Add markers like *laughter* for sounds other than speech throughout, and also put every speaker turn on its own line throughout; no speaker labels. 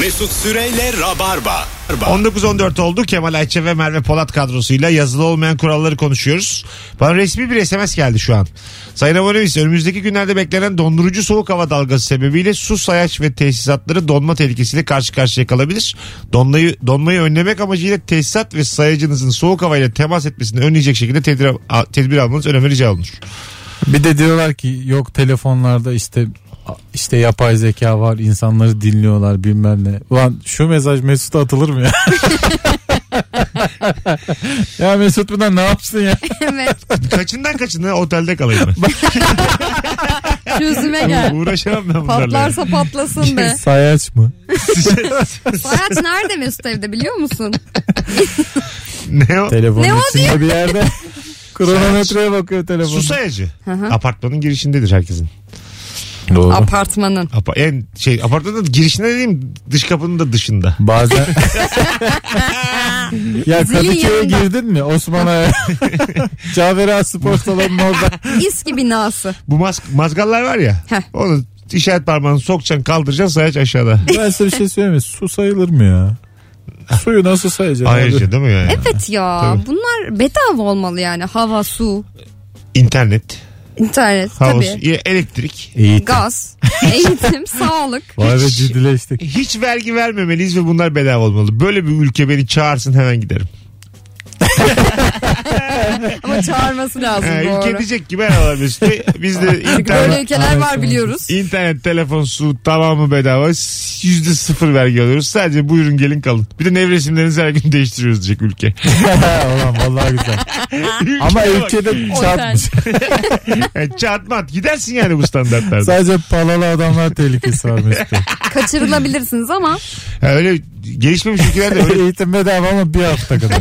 Mesut Süreyle Rabarba. Rabarba.
19-14 oldu. Kemal Ayçe ve Merve Polat kadrosuyla yazılı olmayan kuralları konuşuyoruz. Bana resmi bir SMS geldi şu an. Sayın Abonemiz önümüzdeki günlerde beklenen dondurucu soğuk hava dalgası sebebiyle su sayaç ve tesisatları donma tehlikesiyle karşı karşıya kalabilir. Donmayı, donmayı önlemek amacıyla tesisat ve sayacınızın soğuk havayla temas etmesini önleyecek şekilde tedbir, a- tedbir almanız önemli rica olunur.
Bir de diyorlar ki yok telefonlarda işte işte yapay zeka var insanları dinliyorlar bilmem ne. Ulan şu mesaj Mesut'a atılır
*laughs*
mı ya? ya Mesut bundan ne yapsın ya?
evet.
Kaçından kaçına otelde kalayım ben.
Çözüme gel.
Uğraşamam ben bunlarla.
Patlarsa patlasın be.
Sayaç mı?
Sayaç nerede Mesut evde biliyor musun?
ne o?
Telefonun
Ne o
içinde bir
*laughs*
yerde. Kronometreye bakıyor telefon.
Su sayacı. Apartmanın girişindedir herkesin.
Doğru.
Apartmanın.
Apa, yani şey apartmanın girişinde dediğim dış kapının da dışında.
*laughs*
Bazen. ya
Zilin
Kadıköy'e
yanında.
girdin mi? Osman
*laughs*
Ağa. Cavera Spor Salonu'nun orada.
İSKİ binası.
Bu mas- mazgallar var ya.
Heh.
onu işaret parmağını sokacaksın kaldıracaksın sayaç aşağıda.
Ben size bir şey söyleyeyim mi? Su sayılır mı ya? Suyu nasıl sayacaksın?
Ayrıca değil mi yani?
Evet ya
Tabii.
bunlar bedava olmalı yani. Hava, su,
İnternet,
internet
havuz,
tabii.
e- elektrik.
İyi. *laughs*
Gaz, eğitim, sağlık.
Vay be ciddileştik.
*laughs*
Hiç vergi vermemeliyiz ve bunlar bedava olmalı. Böyle bir ülke beni çağırsın hemen giderim.
Ama çağırması lazım
Ee, ülke
doğru.
diyecek ki merhaba Mesut Bey. Biz
*laughs*
de
Çünkü böyle
internet,
ülkeler var
Evet,
biliyoruz.
internet, telefon, su tamamı bedava. Yüzde sıfır vergi alıyoruz. Sadece buyurun gelin kalın. Bir de nevresimlerinizi her gün değiştiriyoruz diyecek
*laughs*
ülke.
Ulan vallahi güzel. Ama
Ülkeye bak.
ülkede
Otel.
çarpmış.
Yani çatma at. Gidersin yani bu standartlarda.
Sadece palalı adamlar tehlikesi var Mesut Bey.
*laughs* Kaçırılabilirsiniz ama
Ha, öyle gelişmemiş ülkelerde öyle
*laughs*
Eğitim bedava ama bir hafta kadar.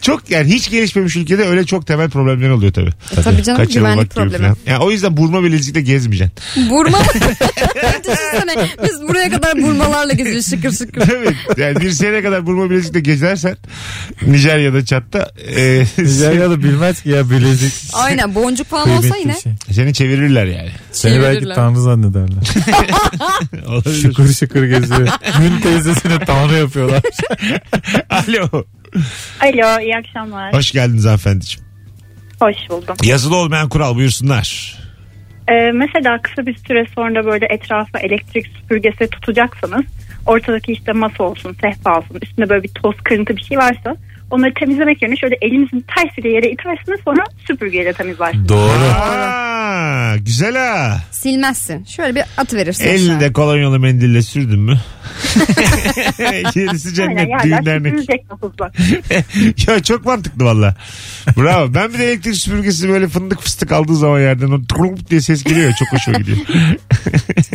çok yani hiç gelişmemiş ülkede öyle çok temel problemler oluyor tabii.
E, tabii canım,
Kaçırılmak
güvenlik
gibi
problemi.
falan. Yani o yüzden burma bilezikle
*laughs*
gezmeyeceksin.
*laughs*
burma Düşünsene biz buraya kadar burmalarla geziyoruz şıkır
*laughs*
şıkır.
evet. Yani bir sene kadar burma bilezikle gezersen Nijerya'da çatta
*laughs*
e,
Nijeryalı bilmez ki ya bilezik.
Aynen boncuk falan olsa
kıymetli
yine
bir şey.
seni çevirirler
*laughs*
yani.
Seni belki
çevirirler.
tanrı zannederler.
Olabilir.
Şıkır şıkır geziyor. Gün teyzesine tanrı yapıyorlar.
Alo.
Alo iyi akşamlar.
Hoş geldiniz hanımefendiciğim.
Hoş buldum.
Yazılı olmayan kural buyursunlar.
Ee, mesela kısa bir süre sonra böyle etrafa elektrik süpürgesi tutacaksanız ortadaki işte masa olsun, sehpa olsun, üstünde böyle bir toz kırıntı bir şey varsa onları temizlemek yerine şöyle elinizin tersiyle yere itersiniz sonra süpürgeyle temizlersiniz.
Doğru.
Aa, güzel ha.
Silmezsin. Şöyle bir at verirsin. aşağı.
Elinde kolonyalı mendille sürdün
*laughs*
mü? *laughs* Gerisi cennet
Aynen
düğün
yerler
dernek.
süpürülecek
*laughs*
hızla.
ya çok mantıklı valla. Bravo. Ben bir de elektrik süpürgesi böyle fındık fıstık aldığı zaman yerden o trum diye ses geliyor. ya, Çok hoşuma gidiyor.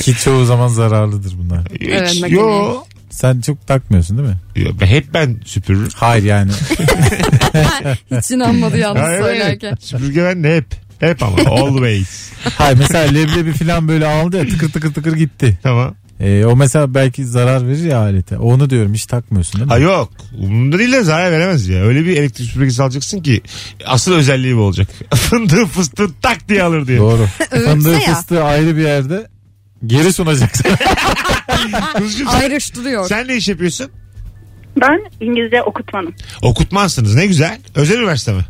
Ki çoğu zaman zararlıdır bunlar.
Hiç,
*laughs* Evet, makineye.
yo.
Sen çok takmıyorsun değil mi?
Yo, ben- Hep ben süpürürüm.
Hayır yani.
Hiç inanmadı
*laughs*
yalnız
Ha, evet.
söylerken.
Süpürge ben de hep. Hep ama
*laughs*
always.
Hayır mesela leblebi falan böyle aldı ya tıkır tıkır tıkır gitti.
tamam.
Ee, o mesela belki zarar verir ya alete. Onu diyorum hiç takmıyorsun değil mi?
Ha yok. Umurumda değil de zarar veremez ya. Öyle bir elektrik süpürgesi alacaksın ki asıl özelliği bu olacak. *laughs* Fındığı fıstığı tak diye alır diye.
Doğru.
Övünse
Fındığı
ya.
fıstığı ayrı bir yerde geri sunacaksın.
Kuzucuğum sen,
Ayrıştırıyor.
sen ne iş yapıyorsun?
Ben İngilizce okutmanım.
Okutmansınız ne güzel. Özel üniversite mi?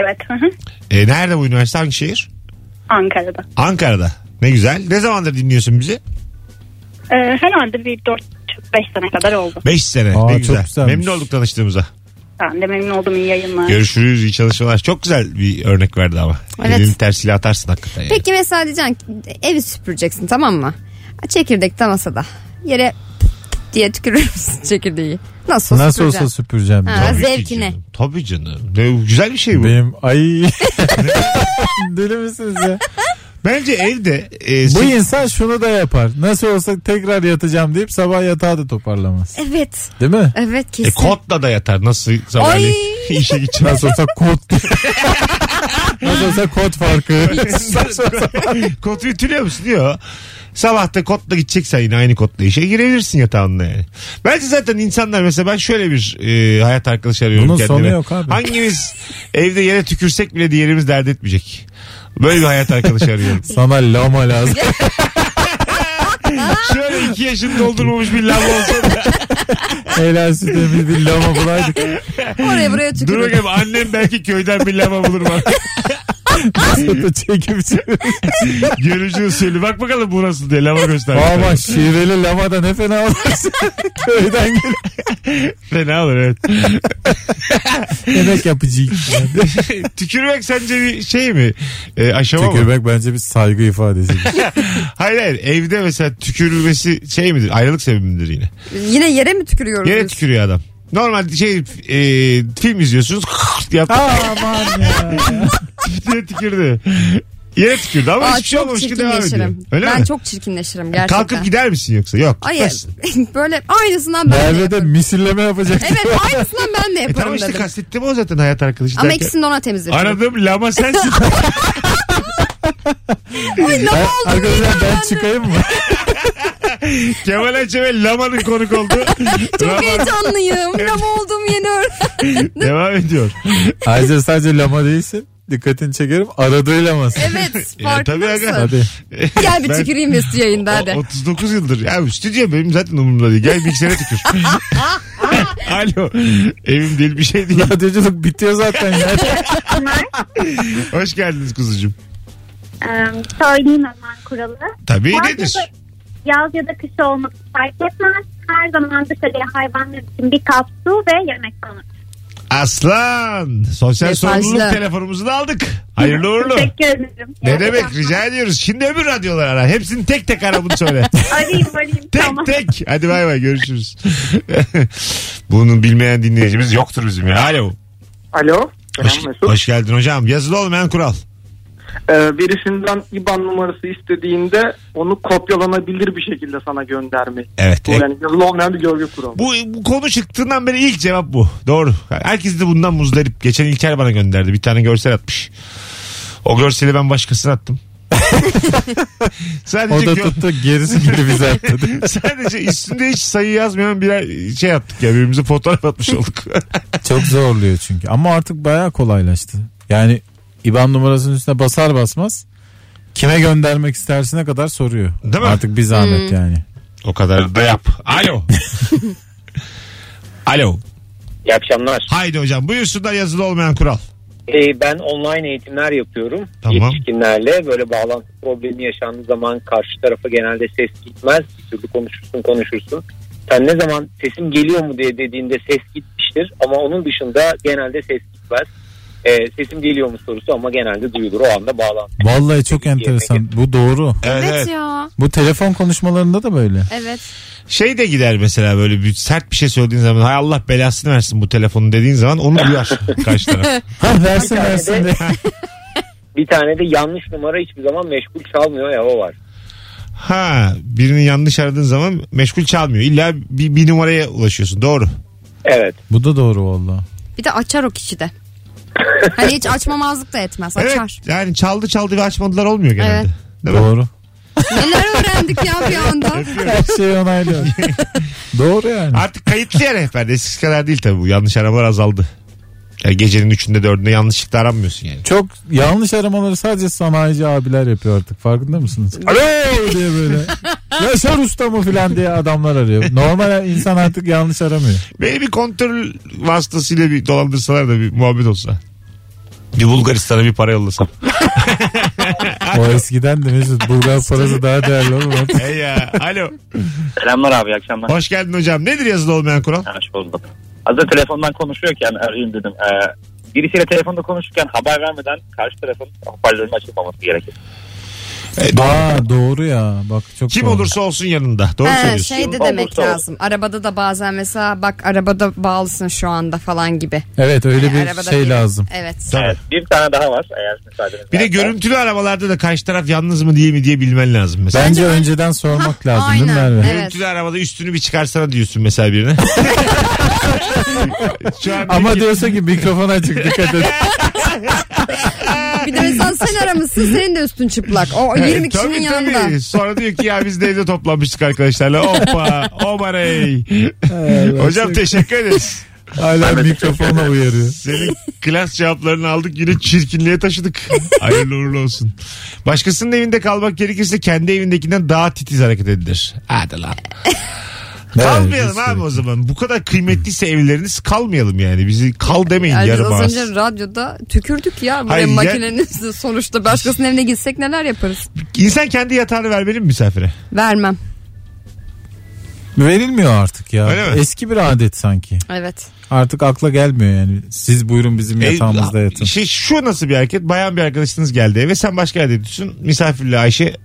Evet. hı hı.
E, nerede bu üniversite? Hangi şehir?
Ankara'da.
Ankara'da. Ne güzel. Ne zamandır dinliyorsun bizi?
Ee, herhalde bir 4-5 sene kadar oldu.
5 sene.
Aa,
ne
çok
güzel.
güzelmiş.
Memnun olduk tanıştığımıza.
Ben de memnun oldum iyi yayınlar.
Görüşürüz, iyi çalışmalar. Çok güzel bir örnek verdi ama.
Evet.
Elini tersiyle atarsın hakikaten. Yani.
Peki mesela diyeceksin ki, evi süpüreceksin tamam mı? Çekirdek de masada. Yere diye tükürür müsün *laughs* çekirdeği? Nasıl olsa
Nasıl olsa
süpüreceğim.
süpüreceğim.
Ha.
diyor.
ki
zevkine.
canım. Tabii canım. Ne, güzel bir şey bu.
Benim ay deli misiniz ya?
Bence evde e,
Bu
sırf-
insan şunu da yapar. Nasıl olsa tekrar yatacağım deyip sabah yatağı da toparlamaz.
Evet.
Değil mi?
Evet
e,
kesin.
kotla da yatar. Nasıl sabahleyin *laughs*
Ay.
işe gideceğim.
Nasıl olsa kod. Nasıl olsa kod farkı.
*laughs* Kotu ütülüyor musun diyor. Sabah da kotla gideceksen yine aynı kotla işe girebilirsin yatağında yani. Bence zaten insanlar mesela ben şöyle bir e, hayat arkadaşı arıyorum
Bunun
kendime.
sonu yok abi.
Hangimiz evde yere tükürsek bile diğerimiz dert etmeyecek. Böyle bir hayat arkadaşı arıyorum.
Sana lama lazım.
Şöyle iki yaşını doldurmamış bir lav olsa da.
Helalsiz de bir, bir lama bulaydık.
Oraya buraya
Dur
tükürür.
bakayım annem belki köyden bir lava bulur bana.
Sırtı çekip çekip.
Görücü usulü. Bak bakalım bu nasıl diye lava göster.
Ama şiveli lama da ne fena olursa. Köyden gelip
Fena olur evet.
yemek yapıcı.
Tükürmek sence bir şey mi? E, aşama mı?
Tükürmek bence bir saygı ifadesi.
*laughs*
Hayır hayır. Evde mesela tükürülmesi şey midir? Ayrılık sebebi midir yine?
Yine yere mi tükürüyoruz?
Yere
biz?
tükürüyor adam. Normal şey e, film izliyorsunuz. *laughs* Yaptı.
Aman ya.
diye tükürdü. Yere tükürdü ama
Aa,
hiçbir şey
çok
olmamış gibi devam ediyor.
çirkinleşirim.
Öyle
ben
mi? E,
çok çirkinleşirim gerçekten.
Kalkıp gider misin yoksa? Yok.
Hayır.
gitmezsin.
*laughs* böyle aynısından ben de
Merve'de
yaparım.
misilleme yapacak.
Evet aynısından
*laughs*
ben de
E
yaparım
tamam işte
dedim.
kastettim o zaten hayat arkadaşı
Ama
derken.
ikisini de ona temizledim.
Aradım lama
*laughs*
sensin.
Ay
*laughs* Ben-
ne oldu?
arkadaşlar ben çıkayım mı?
Kemal Ayça ve lamanın konuk oldu.
Çok
Rabar- *laughs*
heyecanlıyım. Ne oldum yeni öğrendim.
Devam ediyor.
Ayrıca sadece lama değilsin. Dikkatini çekerim. Aradığı lamasın.
Evet
*laughs* Ya, tabii aga.
farkındasın.
Hadi.
Gel bir
Ben-
tüküreyim biz yayında
O-
hadi.
39 yıldır. Ya stüdyo benim zaten umurumda değil. Gel bilgisayara
*laughs*
tükür. Alo. Evim değil bir şey değil.
Radyoculuk bitiyor zaten ya.
Hoş geldiniz kuzucuğum.
Ee, söyleyeyim hemen kuralı.
Tabii
Yaz ya
nedir?
da- Yaz ya da kış olması fark etmez. Her zaman dışarıya hayvanlar için bir kap su ve yemek konur.
Aslan. Sosyal
Mesajlı.
sorumluluk telefonumuzu da aldık. Hayırlı uğurlu.
Teşekkür ederim.
Ne demek rica ediyoruz. Şimdi öbür radyolar ara. Hepsini tek tek ara bunu
*laughs*
söyle.
Arayayım arayayım
tek
tamam.
tek. Hadi bay bay görüşürüz. *laughs* Bunu bilmeyen dinleyicimiz yoktur bizim ya. Alo.
Alo.
Hoş,
Selam Mesut.
hoş geldin hocam. Yazılı olmayan kural.
Ee, birisinden IBAN numarası istediğinde onu kopyalanabilir bir şekilde sana göndermek.
Evet.
Bu
e-
yani yazılı olmayan bir görgü kuralı.
bu, bu konu çıktığından beri ilk cevap bu. Doğru. Herkes de bundan muzdarip. Geçen İlker bana gönderdi. Bir tane görsel atmış. O görseli ben başkasına attım. *laughs* Sadece
O da
gö-
tuttu gerisi gibi bize attı.
*laughs* Sadece üstünde hiç sayı yazmayan birer şey attık ya. Birbirimize fotoğraf atmış olduk.
Çok zorluyor çünkü. Ama artık bayağı kolaylaştı. Yani IBAN numarasının üstüne basar basmaz kime göndermek istersine kadar soruyor.
Değil mi?
Artık bir zahmet
Hmm.
yani.
*laughs* o kadar da yap. Alo. *laughs* Alo.
İyi akşamlar.
Haydi hocam buyursunlar yazılı olmayan kural.
Ee, ben online eğitimler yapıyorum.
Tamam.
Yetişkinlerle böyle bağlantı problemi yaşandığı zaman karşı tarafa genelde ses gitmez. Bir türlü konuşursun konuşursun. Sen ne zaman sesim geliyor mu diye dediğinde ses gitmiştir. Ama onun dışında genelde ses gitmez. Ee, sesim geliyor mu sorusu ama genelde duyulur. O anda bağlantı.
Vallahi çok enteresan. Bu doğru.
Evet, ya.
Bu telefon konuşmalarında da böyle.
Evet.
Şey de gider mesela böyle bir sert bir şey söylediğin zaman hay Allah belasını versin bu telefonu dediğin zaman onu *laughs* duyar karşı taraf.
Ha versin versin de.
Bir tane de yanlış numara hiçbir zaman meşgul çalmıyor ya o var.
Ha birini yanlış aradığın zaman meşgul çalmıyor. İlla bir, bir numaraya ulaşıyorsun doğru.
Evet.
Bu da doğru valla.
Bir de açar o kişi de. Hani hiç açmamazlık da etmez. Açar.
Evet yani çaldı çaldı ve açmadılar olmuyor genelde. Değil mi?
Doğru.
Neler öğrendik ya bir anda.
Her şeyi onaylıyor. *laughs* doğru yani.
Artık kayıtlı ya rehberde eskisi kadar değil tabii bu yanlış aramalar azaldı. Yani gecenin üçünde dördünde yanlışlıkla aranmıyorsun yani.
Çok yanlış aramaları sadece sanayici abiler yapıyor artık. Farkında mısınız? Alo diye böyle. Yaşar usta mı filan diye adamlar arıyor. Normal insan artık yanlış aramıyor.
Beni bir kontrol vasıtasıyla bir dolandırsalar da bir muhabbet olsa. Bir Bulgaristan'a bir para yollasam.
O eskiden de Mesut Bulgar parası daha değerli oğlum. *laughs*
Hey ya. Alo.
Selamlar abi iyi akşamlar.
Hoş geldin hocam. Nedir yazılı olmayan kural?
Hoş bulduk. Az önce telefondan konuşuyorken arayayım dedim. Ee, birisiyle telefonda konuşurken haber vermeden karşı tarafın hoparlörünün açılmaması gerekir.
Aa doğru ya. Bak çok
Kim
doğru.
olursa olsun yanında. Doğru
Ha,
söylüyorsun.
şey de demek lazım. Arabada da bazen mesela bak arabada bağlısın şu anda falan gibi.
Evet öyle
Yani
bir
arabada
şey
biri-
lazım.
Evet.
Tabii.
Evet, bir tane daha var eğer müsaadeniz
Bir de
varsa.
görüntülü aramalarda da karşı taraf yalnız mı değil mi diye bilmen lazım mesela.
Bence önceden sormak
Hah,
lazım değil mi
aynen.
Merve?
Evet.
Görüntülü arabada üstünü bir çıkarsana diyorsun mesela
*laughs*
birine. Şu an
Ama diyorsa ki mikrofon açık dikkat *laughs* et.
Bir de mesela sen aramışsın senin de üstün çıplak.
*laughs*
O 20 kişinin
tabii, tabii.
yanında.
Sonra diyor ki ya biz de evde
*laughs*
toplanmıştık arkadaşlarla. Hoppa. Omarey. Hocam teşekkür ederiz.
Hala mikrofonla uyarıyor.
Senin klas cevaplarını aldık yine çirkinliğe taşıdık. Hayırlı uğurlu olsun. Başkasının evinde kalmak gerekirse kendi evindekinden daha titiz hareket edilir. Hadi lan. Kalmayalım abi o zaman. Bu kadar kıymetliyse evleriniz kalmayalım yani. Bizi kal demeyin
Yani biz
Şey, yarım
az
ağız.
önce radyoda tükürdük ya. Buraya
Hayır, ya-
makinenin üstüne. sonuçta başkasının evine gitsek neler yaparız?
İnsan kendi yatağını vermeli mi misafire?
Vermem.
Verilmiyor artık ya.
Öyle mi?
Eski bir adet sanki.
Evet.
Artık akla gelmiyor yani. Siz buyurun bizim yatağımızda
E,
yatın.
Şey, şu nasıl bir hareket? Bayan bir arkadaşınız geldi eve sen başka yerde yatıyorsun. Misafirle Ayşe e,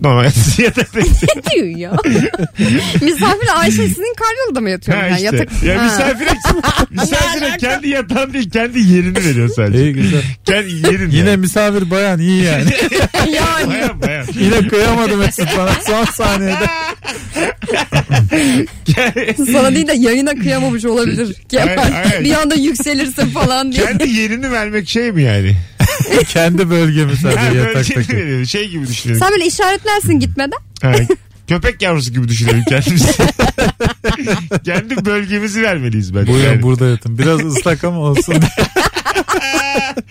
normal *laughs* yatakta yatıyor.
Ne
*laughs*
diyor ya? Misafir Ayşe sizin karyolda mı yatıyor?
Ha
yani
işte.
yatak...
Ya
Ha.
misafire, misafire kendi yatağın değil kendi yerini veriyor sadece.
İyi
*laughs*
güzel.
kendi yerin.
Yine
yani.
misafir bayan iyi
*laughs*
yani.
*laughs* yani.
Bayan bayan.
*laughs* Yine kıyamadı Mesut bana son
*laughs*
saniyede.
Sana değil de yayına
*laughs*
kıyamamış olabilir. Kemal.
Hayır, hayır.
Bir anda yükselirsin falan diye.
kendi yerini vermek şey mi yani?
Kendi bölgemi
Ha,
sadece
böyle şey,
yataktaki.
veriyor. şey gibi düşünelim.
Sen böyle işaretlersin gitmeden.
Ha, köpek yavrusu gibi düşünelim kendimizi. *laughs* kendi bölgemizi vermeliyiz bence.
Buyurun
yani.
burada yatın. Biraz ıslak ama olsun.
*laughs*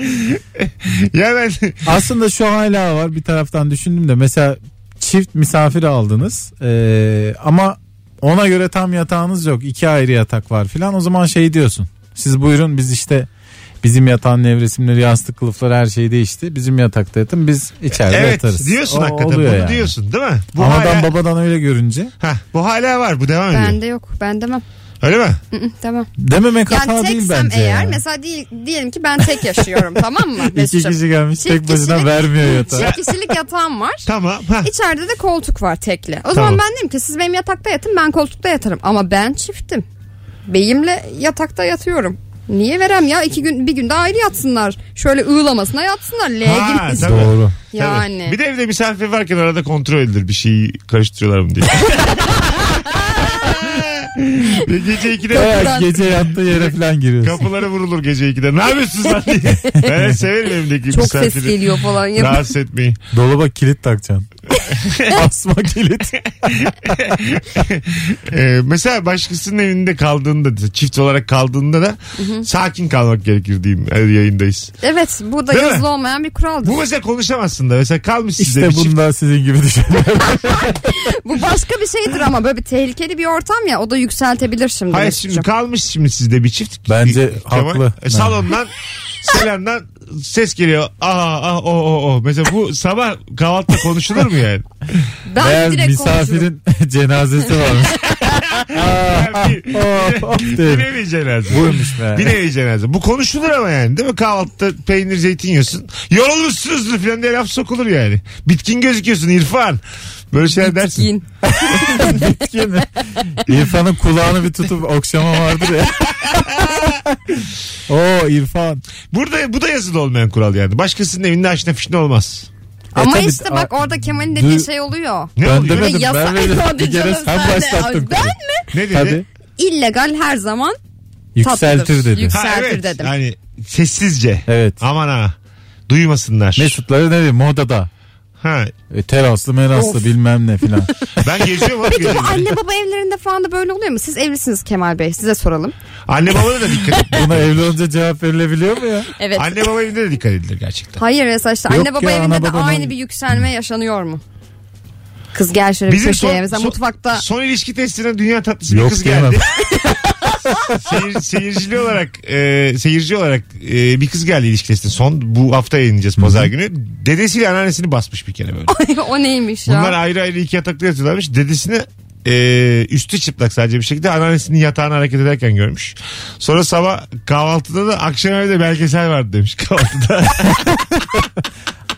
Ya ben
Aslında şu hala var bir taraftan düşündüm de mesela çift misafir aldınız Ee, ama ona göre tam yatağınız yok iki ayrı yatak var filan o zaman şey diyorsun siz buyurun biz işte bizim yatağın nevresimleri yastık kılıfları her şey değişti bizim yatakta yatın biz içeride
evet
yatarız.
diyorsun
O-
hakikaten bunu
oluyor yani.
diyorsun değil mi? Bu
Anadan
hala,
babadan öyle görünce
Hah, bu hala var bu devam ediyor.
Bende yok. Ben demem.
Öyle mi?
Hı hı, demem.
dememek
Yani
hata değil
teksem
bence.
eğer
yani.
mesela değil, diyelim ki ben tek yaşıyorum tamam mı?
*laughs* İki
Mesut'cum?
kişi gelmiş
Çift
tek başına
kişilik-
vermiyor yatağı.
*laughs* Çift kişilik yatağım var.
Tamam. Hah.
İçeride de koltuk var tekli. O
Tamam.
zaman ben dedim ki siz benim yatakta yatın ben koltukta yatarım. Ama ben çiftim. Beyimle yatakta yatıyorum. Niye verem ya iki gün bir gün de ayrı yatsınlar. Şöyle ığlamasına yatsınlar. L
Ha,
gibi.
tabii.
Doğru.
Tabii.
Yani.
Bir de evde misafir varken arada kontrol edilir bir şeyi karıştırıyorlar
*laughs*
mı diye. Ve gece 2'de
Bayağı gece yattığı yere filan giriyorsun.
kapılara vurulur gece 2'de. Ne yapıyorsunuz lan
*laughs*
diye. Ben severim evdeki
Çok
misafiri.
ses geliyor falan. Ya.
Rahatsız
*laughs*
etmeyi.
Dolaba kilit takacaksın. Asma kilit.
Ee, mesela başkasının evinde kaldığında çift olarak kaldığında da sakin kalmak gerekir diyeyim. Her yayındayız.
Evet bu da
Değil mi?
yazılı olmayan bir kuraldır.
Bu
*laughs* Bu,
mesela konuşamazsın da. Mesela kalmış sizde
İşte
bir çift.
bunda sizin gibi düşünüyorum.
başka bir şeydir ama böyle bir tehlikeli bir ortam ya o da yükseltebilir şimdi.
Hayır
Mesut'cum.
şimdi kalmış şimdi sizde bir çift.
Bence haklı.
E, salondan
*laughs*
selamdan ses geliyor. Aha ah o o o. Mesela bu sabah kahvaltıda konuşulur mu yani?
ben
Eğer
direkt konuşurum.
misafirin *laughs* cenazesi varmış. oh,
yani
*laughs*
bir,
Hop hop
bir
derim.
nevi cenaze.
Buymuş be.
Bir nevi cenaze. Bu konuşulur ama yani değil mi? Kahvaltıda peynir zeytin yiyorsun. Yorulmuşsunuzdur falan diye laf sokulur yani. Bitkin gözüküyorsun İrfan. Böyle şeyler dersin.
Giyin.
Yine. İrfan'ın kulağını bir tutup okşama vardır ya. Oo İrfan.
Burada bu da yazılı olmayan kural yani. Başkasının evinde aşna fişne olmaz.
Ama
tabii,
işte bak
a-
orada Kemal'in dediği
dü-
şey oluyor.
Ne
ben
oluyor?
demedim
Yasa-
ben
*laughs*
verdim.
Hadi
Bir kere
canım,
sen
sen de-
başlattın.
Ben
konuyu.
Ne dedi?
Tabii.
İllegal her zaman
Yükseltir dedi.
Yüksel-
Ha,
Misafir
evet.
dedim.
Yani sessizce.
Evet.
Aman ha. Duymasınlar.
Mesutları ne diyeyim modada.
Ha.
E, teraslı meraslı
Of.
bilmem ne filan.
Ben
*laughs*
geziyorum oğlum
Peki bu
geceleri.
anne baba evlerinde falan da böyle oluyor mu? Siz evlisiniz Kemal Bey size soralım.
Anne babana da dikkat edin.
Buna evli olunca cevap verilebiliyor mu ya?
*laughs* Evet.
Anne baba evinde de dikkat edilir gerçekten.
Hayır mesela işte
Yok
anne baba
ya,
evinde
ana
de
babanın-
aynı bir yükselme yaşanıyor mu? Kız gel şöyle bir
Bizim son-
köşeye mesela
son-
mutfakta *laughs*
Son ilişki testine dünya tatlısı bir
Yok
kız
diyemem.
geldi. *laughs* Seyir, seyircili olarak e, seyirci olarak e, bir kız geldi ilişki testine. Son bu hafta yayınlayacağız pazar günü. Dedesiyle anneannesini basmış bir
*laughs*
kere böyle.
o neymiş ya?
Bunlar ayrı ayrı iki yatakta yatıyorlarmış. Dedesini e, üstü çıplak sadece bir şekilde anneannesinin yatağını hareket ederken görmüş. Sonra sabah kahvaltıda da akşam evde belgesel vardı demiş *laughs* kahvaltıda.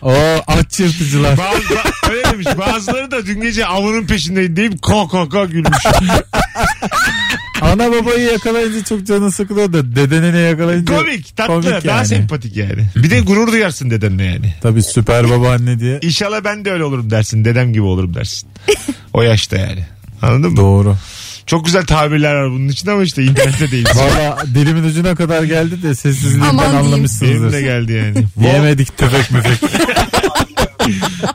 Oo aç çırpıcılar.
Bazı, ba- öyle demiş. Bazıları da dün gece avının peşindeydi deyip ko ko ko gülmüş.
Ana babayı yakalayınca çok canı sıkılıyor da dedeni ne yakalayınca.
Komik, tatlı,
komik
daha
yani.
sempatik yani. Bir de gurur duyarsın dedenle yani.
Tabii süper babaanne diye.
İnşallah ben de öyle olurum dersin. Dedem gibi olurum
*laughs*
dersin. O yaşta yani. Anladın mı?
Doğru.
Çok güzel tabirler var bunun için ama işte internette
*laughs*
değil.
Valla dilimin ucuna kadar geldi de sessizliğimden
Aman diyeyim.
Benim de
anlamışsınızdır.
geldi
*laughs*
yani.
Yemedik
*laughs*
tüfek müfek.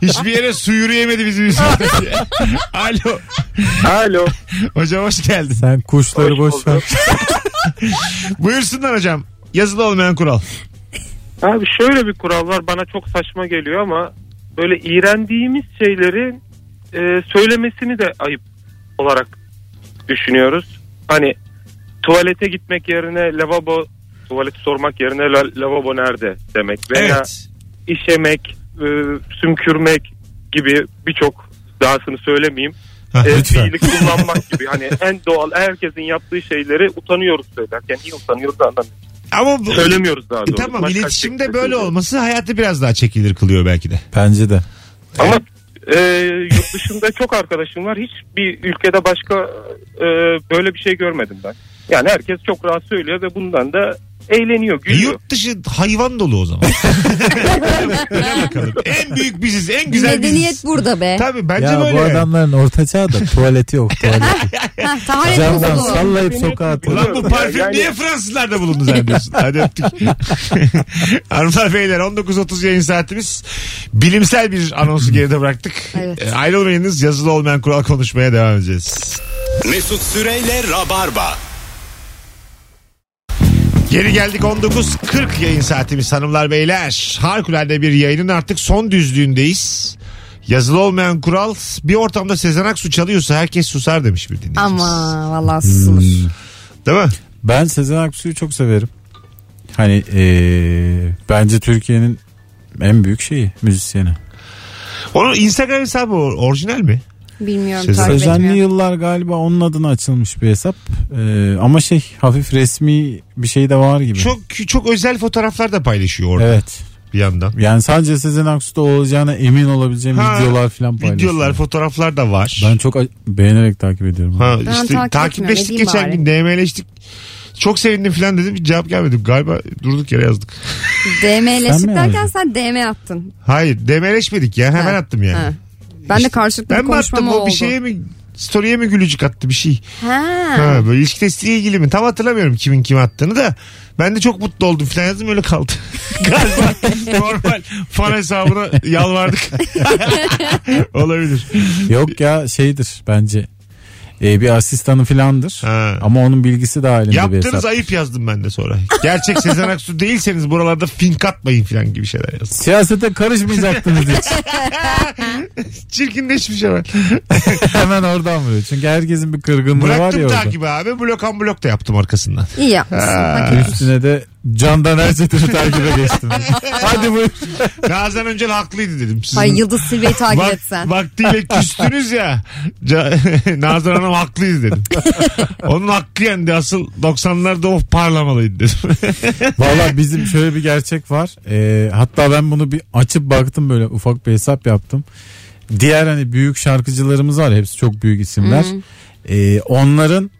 Hiçbir yere su yürüyemedi bizim yüzümüzden. *laughs* Alo.
Alo.
Hocam hoş geldin.
Sen kuşları boş ver.
Buyursunlar hocam. Yazılı olmayan kural.
*laughs* Abi şöyle bir kural var bana çok saçma geliyor ama böyle iğrendiğimiz şeyleri e, söylemesini de ayıp olarak düşünüyoruz. Hani tuvalete gitmek yerine lavabo tuvaleti sormak yerine la- lavabo nerede demek veya
Evet.
işemek, e, sümkürmek gibi birçok dahasını
*laughs*
söylemeyeyim.
Ha,
E,
lütfen.
fiili kullanmak gibi hani en doğal herkesin yaptığı şeyleri utanıyoruz söylerken. Niye utanıyoruz da anlamıyorum.
Ama bu-
Söylemiyoruz daha
E,
doğrusu.
tamam
Başka şey
iletişimde
şekilde
böyle
söylüyoruz.
olması hayatı biraz daha çekilir kılıyor belki de.
Bence de.
Ama e, yurt dışında çok arkadaşım var. Hiçbir ülkede başka e, böyle bir şey görmedim ben. Yani herkes çok rahat söylüyor ve bundan da eğleniyor,
E,
gülüyor.
yurt dışı hayvan dolu o
*laughs*
zaman. Öyle bakalım. En büyük biziz, en güzel
Medeniyet
biziz.
burada be. *laughs*
Tabii bence
ya
böyle.
bu adamların orta çağda
*laughs*
tuvaleti yok tuvaleti.
Heh, taharet
Camdan
bozulu.
sallayıp sokağa atıyor.
Ulan bu parfüm
Yani-
niye Fransızlarda bulundu zannediyorsun? Hadi öptük. Hanımlar beyler 19.30 yayın saatimiz. Bilimsel bir anonsu geride bıraktık.
Evet.
E, Ayrılmayınız yazılı olmayan kural konuşmaya devam edeceğiz.
Mesut Süreyle Rabarba.
Geri geldik 19.40 yayın saatimiz hanımlar beyler. Harikulade bir yayının artık son düzlüğündeyiz. Yazılı olmayan kural bir ortamda Sezen Aksu çalıyorsa herkes susar demiş bir dinleyicimiz.
Ama vallahi
Hmm.
susulur.
Değil mi?
Ben Sezen Aksu'yu çok severim. Hani eee, bence Türkiye'nin en büyük şeyi müzisyeni.
Onun Instagram hesabı or- orijinal mi?
Bilmiyorum
Sezen-
takip etmiyorum.
Sezenli yıllar galiba onun adına açılmış bir hesap. Eee, ama şey hafif resmi bir şey de var gibi.
Çok çok özel fotoğraflar da paylaşıyor orada
Evet.
bir yandan.
Yani sadece Sezen Aksu'da olacağına emin olabileceğim
Ha,
videolar falan paylaşıyor.
Videolar, fotoğraflar da var.
Ben çok a- beğenerek takip ediyorum.
Ha,
Ben
işte
takip
takipleştik
etmiyorum,
geçen
edeyim
gün DM'leştik. Çok sevindim falan dedim. Bir cevap gelmedi. Galiba durduk yere yazdık.
DM'leştik
Sen mi
derken
yazdın?
sen DM attın.
Hayır DM'leşmedik ya. Hemen
Ha,
attım yani.
ha. Ben de karşılıklı
Ben mi attım
konuşmama
o
oldu.
bir şeye mi story'e mi gülücük attı bir şey.
Ha.
Ha, böyle ilişki testiyle ilgili mi? Tam hatırlamıyorum kimin kime attığını da. Ben de çok mutlu oldum falan yazdım öyle kaldı. *laughs* Galiba normal fan hesabına
*laughs*
yalvardık. Olabilir.
Yok ya şeydir bence. Eee, bir asistanı filandır.
Ha.
Ama onun bilgisi dahilinde bir hesap.
Yaptığınız ayıp yazdım ben de sonra. Gerçek Sezen Aksu değilseniz buralarda fink atmayın falan gibi şeyler yazdım.
Siyasete karışmayacaktınız
*laughs*
hiç.
Çirkinleşmiş hemen.
Hemen oradan vuruyor. Çünkü herkesin bir kırgınlığı var
Bıraktım
ya orada.
takibi abi. Blokan blok da yaptım arkasından.
İyi yapmışsın. hakikaten.
Üstüne de Candan Erçetin'i takibe
*laughs*
geçtim. Hadi buyur.
Nazan Öncel haklıydı dedim. Sizin
Ay Yıldız Silve'yi takip
vak-
etsen.
Vaktiyle
*laughs*
küstünüz ya. Ca- *laughs* Nazan Hanım haklıydı dedim. Onun hakkı yendi. Asıl 90'larda of parlamalıydı dedim. *laughs*
Valla bizim şöyle bir gerçek var. Ee, hatta ben bunu bir açıp baktım böyle ufak bir hesap yaptım. Diğer hani büyük şarkıcılarımız var. ya, Hepsi çok büyük isimler. Ee, onların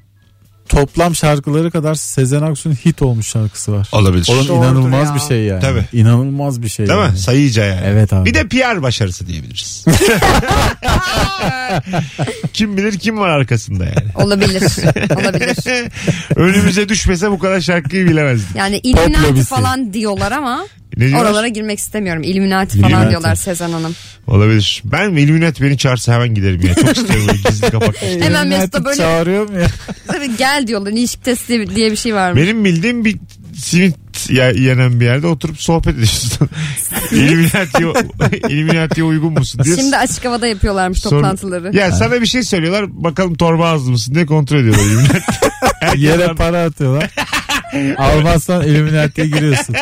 toplam şarkıları kadar Sezen Aksu'nun hit olmuş şarkısı var.
Olabilir.
Oğlum
Doğrudur
inanılmaz
ya.
bir şey yani.
Tabii.
İnanılmaz bir şey.
Değil
yani.
mi? Sayıca yani.
Evet abi.
Bir de PR başarısı
*laughs*
diyebiliriz. kim bilir kim var arkasında yani. *laughs*
Olabilir. Olabilir.
Önümüze düşmese bu kadar şarkıyı bilemezdik.
Yani
Pop
Illuminati
lobisi.
falan diyorlar ama
Ne diyorlar?
oralara girmek istemiyorum. Illuminati falan
Illuminati.
diyorlar Sezen Hanım.
Olabilir. Ben mi? Illuminati beni çağırsa hemen giderim ya. Çok istiyorum böyle gizli kapak.
*laughs* Hemen
Yönetim
Mesut'a böyle-
Çağırıyor mu ya?
Tabii gel diyorlar. İlişki testi diye bir şey var mı?
Benim bildiğim bir simit ye- yenen bir yerde oturup sohbet ediyorsun. Illuminati'ye Illuminati'ye uygun musun diye.
Şimdi açık havada yapıyorlarmış
Sonra-
toplantıları.
Ya sana bir şey söylüyorlar bakalım torba ağızlı mısın diye kontrol ediyorlar *laughs* Illuminati.
Yere para
*laughs*
atıyorlar. Almazsan Illuminati'ye giriyorsun.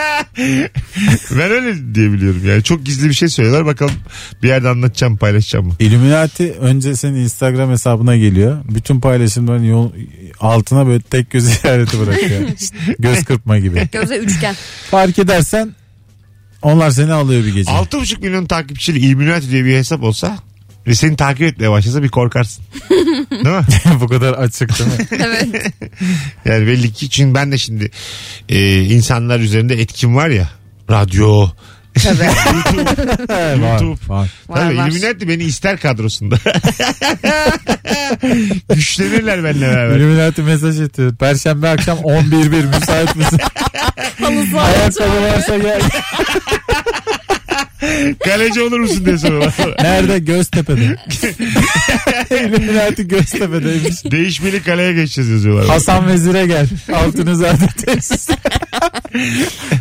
ben öyle diyebiliyorum yani çok gizli bir şey söylüyorlar bakalım bir yerde anlatacağım paylaşacağım mı?
Illuminati önce senin Instagram hesabına geliyor. Bütün paylaşımların yol, altına böyle tek göz *laughs* işareti bırakıyor. Göz kırpma gibi.
Göze üçgen.
Fark edersen onlar seni alıyor bir gece.
6,5 milyon takipçili Illuminati diye bir hesap olsa ve seni takip etmeye başlasa bir korkarsın. Değil mi?
*laughs* Bu kadar açık değil *laughs* mi?
Evet.
Yani belli ki çünkü ben de şimdi e, insanlar üzerinde etkim var ya. Radyo. *laughs*
He, var,
YouTube.
var.
Var,
Tabii
var.
Illuminati beni ister
*laughs*
kadrosunda. Güçlenirler benimle beraber.
Illuminati mesaj atıyor. Perşembe akşam 11.1 *laughs* müsait misin?
Halı saha.
Ayakkabı varsa gel.
Kaleci olur musun diye
*laughs*
soruyorlar.
Nerede? *laughs* Göztepe'de. Illuminati Göztepe'deymiş.
Değişmeli kaleye geçeceğiz yazıyorlar.
Hasan Vezir'e gel. Altını zaten tesis.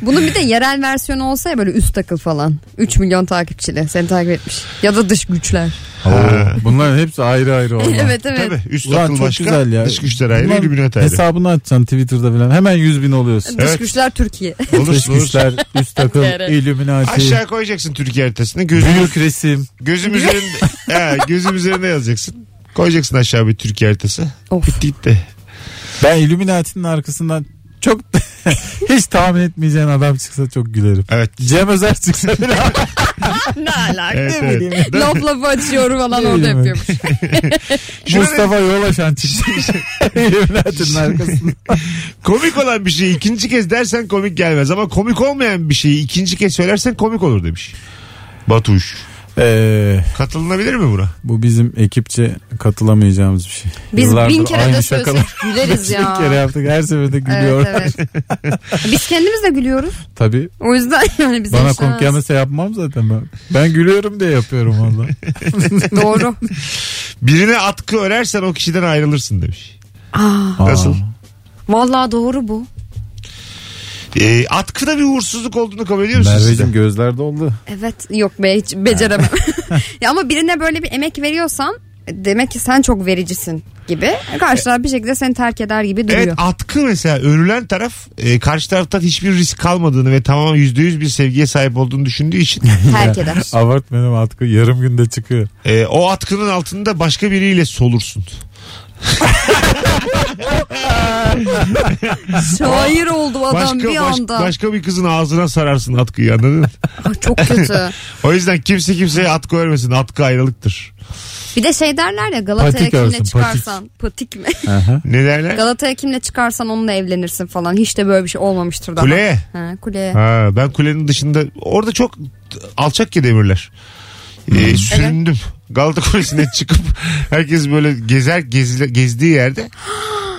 Bunun bir de yerel versiyonu olsa ya böyle üst takıl falan. 3 milyon takipçili seni takip etmiş. Ya da
*laughs*
dış güçler.
Ha.
Bunların hepsi ayrı *laughs* ayrı olma.
evet evet.
Tabii üst
Ulan
akıl
çok
başka.
güzel ya.
Dış güçler ayrı.
Bunlar
Illuminati ayrı.
Hesabını açacaksın Twitter'da falan. Hemen 100 bin
*laughs*
oluyorsun.
Dış
Evet.
güçler
*laughs*
Türkiye.
Olursun olursun.
Teşkiler, üst takım,
Evet.
Illuminati.
Aşağı koyacaksın Türkiye haritasını. Gözümüz,
Büyük resim.
gözüm üzerinde, he, gözüm üzerinde yazacaksın. Koyacaksın aşağı bir Türkiye haritası.
Of.
Bitti gitti.
Ben Illuminati'nin arkasından çok *laughs* hiç tahmin etmeyeceğin adam çıksa çok gülerim.
Evet.
Cem Özer çıksa bile
ne alaka?
Evet, evet.
Laf lafı açıyorum falan
Ne
orada
bileyim.
yapıyormuş.
Mustafa Yolaşan çıksa Illuminati'nin arkasından.
Komik olan bir şeyi ikinci kez dersen komik gelmez ama komik olmayan bir şeyi ikinci kez söylersen komik olur demiş. Batuş.
Ee,
Katılınabilir mi buna?
bu bizim ekipçe katılamayacağımız bir şey.
Biz
Yıllardır
bin kere
aynı
de
şakaları
söylesek
*laughs*
güleriz
bin kere
ya.
yaptık. Her seferinde gülüyor.
Evet evet. Biz kendimiz de gülüyoruz.
*laughs* Tabii.
O yüzden *laughs* yani bize
Bana
şans.
konuk gelmese yapmam zaten ben. Ben gülüyorum diye yapıyorum valla.
*laughs* Doğru.
Birine atkı örersen o kişiden ayrılırsın demiş. Nasıl?
Vallahi doğru bu.
Ee, atkıda bir uğursuzluk olduğunu kabul ediyor musunuz? siz de?
Merveciğim gözler doldu.
Evet yok be hiç
*laughs*
beceremem. *laughs* ya ama birine böyle bir emek veriyorsan demek ki sen çok vericisin gibi. Karşılar bir şekilde seni terk eder gibi duruyor.
Evet atkı mesela örülen taraf e, karşı taraftan hiçbir risk kalmadığını ve tamamen yüzde yüz bir sevgiye sahip olduğunu düşündüğü için *laughs*
terk eder.
Avart benim atkı yarım günde çıkıyor.
e, o atkının altında başka biriyle solursun.
Şair oldu adam
Başka,
bir
baş-
anda.
başka bir kızın ağzına sararsın atkıyı anladın mı?
Ah, çok kötü.
*laughs* O yüzden kimse kimseye atkı örmesin. Atkı ayrılıktır.
Bir de şey derler ya Galata'ya
Patik
kimle
örsün,
çıkarsan.
*laughs*
Patik, mi?
Ne derler?
Galata'ya kimle çıkarsan onunla evlenirsin falan. Hiç de böyle bir şey olmamıştır daha.
Kuleye.
Ha, kuleye.
Ha, ben kulenin dışında orada çok alçak ki demirler. Ee, süründüm. Galata
*laughs*
Kulesi'ne çıkıp herkes böyle gezer gezile- gezdiği
*gasps*
yerde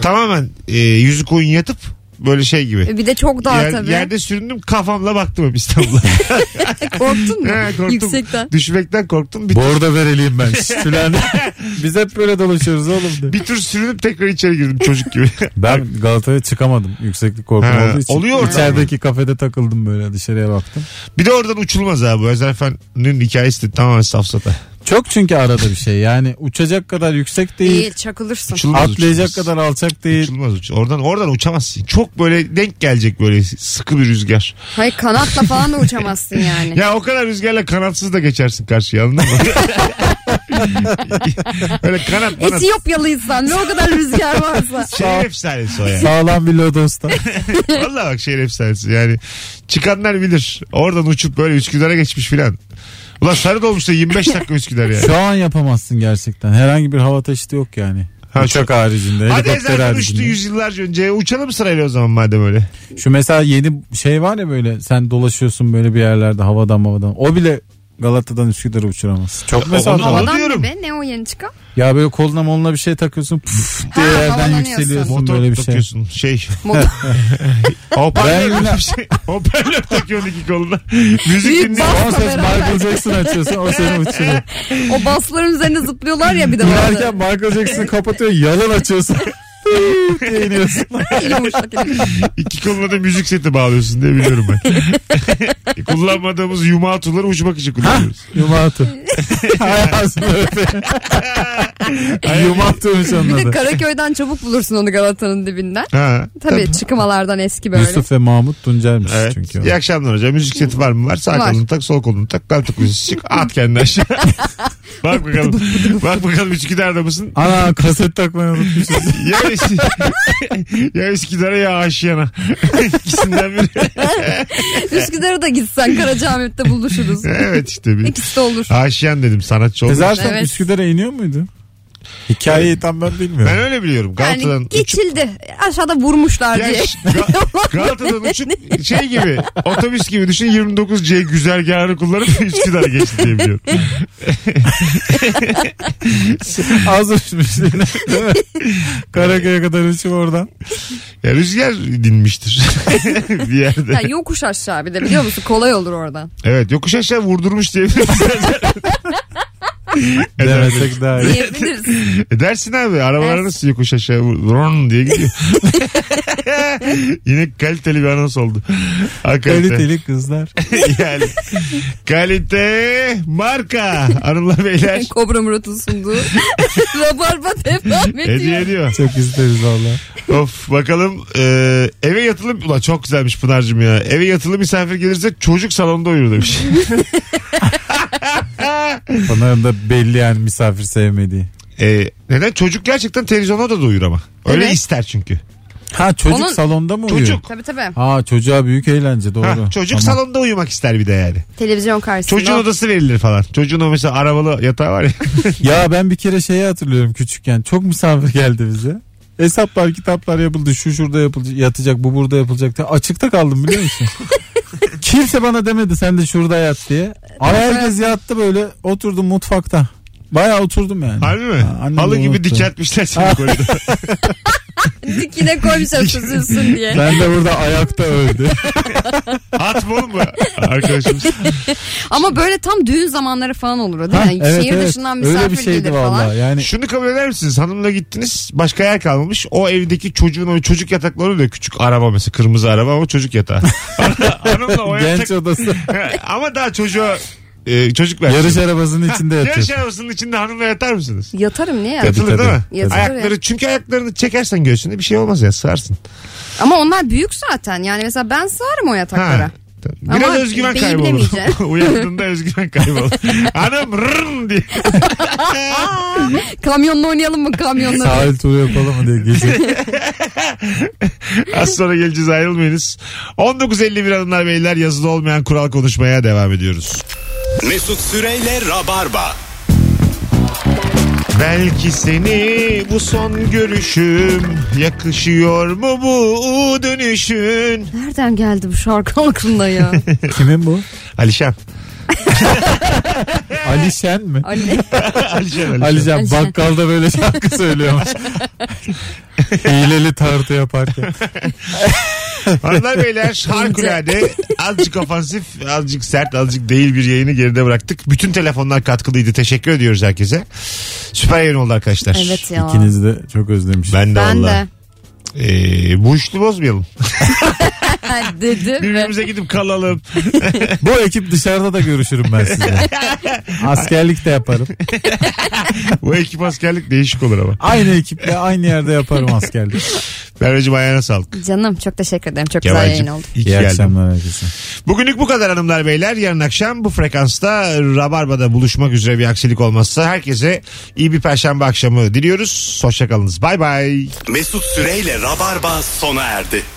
tamamen e, yüzük oyun yatıp böyle şey gibi.
E, Bir de çok daha
Yer-
tabii.
Yerde süründüm kafamla baktım hep İstanbul'a.
*laughs*
*laughs*
Korktun mu?
He, korktum.
Yüksekten.
Düşmekten korktum. Bir,
Borda vereliyim ben.
*laughs*
Sülale. Biz hep böyle dolaşıyoruz oğlum. diye.
bir tur sürünüp tekrar içeri girdim çocuk gibi. *laughs*
Ben Galata'ya çıkamadım yükseklik korkum
Ha,
olduğu için.
oluyor orada
İçerideki kafede takıldım böyle dışarıya baktım.
bir de oradan uçulmaz abi. Özel Efendi'nin hikayesi de tamamen safsata.
Çok çünkü arada bir şey yani uçacak kadar yüksek değil.
Değil çakılırsın.
Uçulmaz,
Atlayacak
uçulmaz.
kadar alçak değil.
Uçulmaz uç- Oradan oradan uçamazsın. Çok böyle denk gelecek böyle sıkı bir rüzgar.
Hayır kanatla falan
*laughs*
da uçamazsın yani.
Ya o kadar rüzgarla kanatsız da geçersin karşıya anladın mı? *laughs* Öyle kanat Şey kanat.
Etiyopyalıysan ve o kadar rüzgar
*laughs*
varsa.
Şehir efsanesi o yani.
Sağlam bir lodosta.
Valla bak şehir efsanesi yani. Çıkanlar bilir. Oradan uçup böyle Üsküdar'a geçmiş filan. Ulan sarı dolmuşta 25 dakika Üsküdar yani.
Şu an yapamazsın gerçekten. Herhangi bir hava taşıtı yok yani.
Ha,
Uçak haricinde,
Hadi
helikopter
ezelden uçtu
haricinde.
yüzyıllarca önce. Uçalım sırayla o zaman madem öyle.
Şu mesela yeni şey var ya böyle sen dolaşıyorsun böyle bir yerlerde havadan havadan. O bile Galata'dan Üsküdar'a uçuramaz. Çok mesela
onu-
Havadan
diyorum.
ne be? Ne o
*laughs*
yeni çıkan?
Ya böyle koluna moluna bir şey takıyorsun puf diye
Ha,
yerden
havalanıyorsun.
yükseliyorsun
Motor
böyle bir şey.
takıyorsun. Şey.
Motor-
Hoparlör
Ben-
gibi *laughs* bir şey. Hoparlör takıyorsun iki koluna. Müzik
Büyük
dinliyor.
bas
O ses
kameralar.
Michael Jackson açıyorsun o seni uçuruyor.
O basların üzerine zıplıyorlar ya bir de.
İnerken Michael Jackson'ı kapatıyor yalan açıyorsun. *laughs* diye iniyorsun.
*laughs* Yumuşak elini.
İki koluna da müzik seti bağlıyorsun diye biliyorum
*laughs*
ben. Kullanmadığımız yumatuları uçmak için kullanıyoruz.
Yumatu. Hayatını öpe. Yumatu'ymuş onun
Bir de
adı.
Karaköy'den çabuk bulursun onu Galata'nın dibinden.
Ha.
Tabii çıkmalardan eski böyle. *laughs*
Yusuf ve Mahmut Tuncer'miş
Evet.
çünkü. o.
İyi akşamlar hocam. Müzik seti var mı? Var. Sağ
Var.
kolunu tak, sol kolunu tak. Kalp takıyorsun. Çık at kendini aşağı.
*laughs*
Bak bakalım. Bak bakalım Üsküdar'da mısın?
Ana kaset takmayı unutmuşuz.
Ya, Üs-
*laughs*
ya Üsküdar'a ya Aşiyan'a. *laughs* İkisinden biri.
Üsküdar'a da gitsen Karacaahmet'te
*laughs*
buluşuruz.
evet işte. Bir.
İkisi de olur.
Aşiyan dedim sanatçı oldu.
E zaten
Evet.
Üsküdar'a iniyor muydu? *laughs* Hikayeyi tam ben bilmiyorum.
Ben öyle biliyorum. Galata'dan
Yani geçildi. Aşağıda vurmuşlar
Ya
diye. *laughs*
şu- Ga- Galata'dan uçup şey gibi otobüs gibi düşün 29C güzergahını kullanıp *laughs* Üsküdar'a geçti diye biliyorum.
*laughs* Az uçmuş değil mi? Karaköy'e kadar uçup oradan.
Ya rüzgar dinmiştir *laughs* bir yerde.
Yani yokuş aşağı bir de biliyor musun? Kolay olur oradan.
Evet yokuş aşağı vurdurmuş E, diyebiliriz. Edersin.
Demesek daha iyi.
Diyebiliriz.
Edersin e, abi arabalar nasıl yokuş aşağı vur- vron diye gidiyor. Yine kaliteli bir anons oldu. Hakikaten.
Kaliteli kızlar.
*laughs* yani. Kalite marka. Hanımlar beyler.
Kobra Murat'ın
*laughs*
sunduğu. Rabarba devam
Hediye
ediyor.
ediyor.
Çok isteriz valla.
Of bakalım e, eve yatılı ulan çok güzelmiş Pınar'cığım ya. Eve yatılı misafir gelirse çocuk salonda uyur demiş.
Pınar'ın da belli yani misafir sevmediği.
E, neden çocuk gerçekten televizyona da doyur ama. Öyle
Evet.
ister çünkü.
Ha çocuk
Onun-
salonda mı uyuyor?
Çocuk.
Tabii tabii.
Ha çocuğa büyük eğlence doğru.
Ha, çocuk
Tamam.
salonda uyumak ister bir de yani.
Televizyon karşısında.
Çocuğun odası verilir falan. Çocuğun o mesela arabalı yatağı
*laughs*
var ya.
Ya ben bir kere şeyi hatırlıyorum küçükken. Çok misafir geldi bize. Hesaplar kitaplar yapıldı. Şu şurada yapılacak, yatacak bu burada yapılacak diye. Açıkta kaldım biliyor
*laughs*
musun? Kimse bana demedi sen de şurada yat diye. Ama herkes yattı böyle oturdum mutfakta. Bayağı oturdum yani.
Harbi mi?
Ha, annem
Halı gibi
unuttu.
dikertmişler seni
*laughs*
koridora.
Dikine koymuşlar süzülsün diye.
Ben de burada ayakta
*laughs*
öldü.
At mı oğlum bu arkadaşımız?
Ama böyle tam düğün zamanları falan olur o değil mi?
evet,
Şehir
evet.
dışından misafir
Öyle bir şeydi
gelir
vallahi.
falan.
Yani
Şunu kabul eder misiniz? Hanımla gittiniz başka yer kalmamış. O evdeki çocuğun o çocuk yatakları oluyor. Küçük araba mesela kırmızı araba ama çocuk
*laughs*
yatağı. Hanımla o yatak *laughs*
genç odası.
He, Ama daha çocuğa e, çocuk ver.
Yarış arabasının içinde yatıyor.
Yarış arabasının içinde hanımla yatar mısınız?
Yatarım niye?
Tabii,
Yatılır değil mi?
tabii.
Yatılır
Ayakları
ya.
çünkü ayaklarını çekersen göğsünde bir şey olmaz ya sığarsın.
Ama onlar büyük zaten. Yani mesela ben sığarım o yataklara.
Ha. Biraz
Ama
özgüven
beyi
kaybolur.
bilemeyeceğim.
*laughs* Uyandığında özgüven kaybolur. Hanım rırrın diye.
*laughs* Kamyonla oynayalım mı kamyonla?
Sahil turu yapalım mı diye gece.
*laughs* Az sonra geleceğiz ayrılmayınız. 19.51 hanımlar beyler yazılı olmayan kural konuşmaya devam ediyoruz.
Mesut Süreyle Rabarba.
Belki seni bu son görüşüm yakışıyor mu bu dönüşün?
Nereden geldi bu şarkı
*laughs*
aklına ya?
Kimin bu?
Alişan.
Alişen mi?
Ali.
*laughs* Alişan. Alişan.
Alican
Alican.
bakkalda böyle şarkı *laughs* söylüyormuş. Hileli tartı yaparken.
Hanımlar beyler harikulade azıcık ofansif azıcık sert azıcık değil bir yayını geride bıraktık. Bütün telefonlar katkılıydı teşekkür ediyoruz herkese. Süper yayın oldu arkadaşlar.
Evet ya.
İkinizi de çok özlemişim.
Ben de
Ben
valla.
de.
Ee, bu üçlü bozmayalım.
Ha,
*laughs*
Dedim ve
Birbirimize gidip kalalım.
Bu ekip dışarıda da görüşürüm ben sizinle. Askerlik de yaparım.
Bu ekip askerlik değişik olur ama.
Aynı ekiple aynı yerde yaparım askerlik.
Merveciğim ayağına sağlık.
Canım çok teşekkür ederim. Çok güzel
Kemal'cim
yayın oldu.
iyi ki
İyi
geldin.
akşamlar herkese.
Bugünlük bu kadar hanımlar beyler. Yarın akşam bu frekansta Rabarba'da buluşmak üzere bir aksilik olmazsa herkese iyi bir perşembe akşamı diliyoruz. Hoşçakalınız. Bay bay.
Mesut Süreyle Rabarba sona erdi.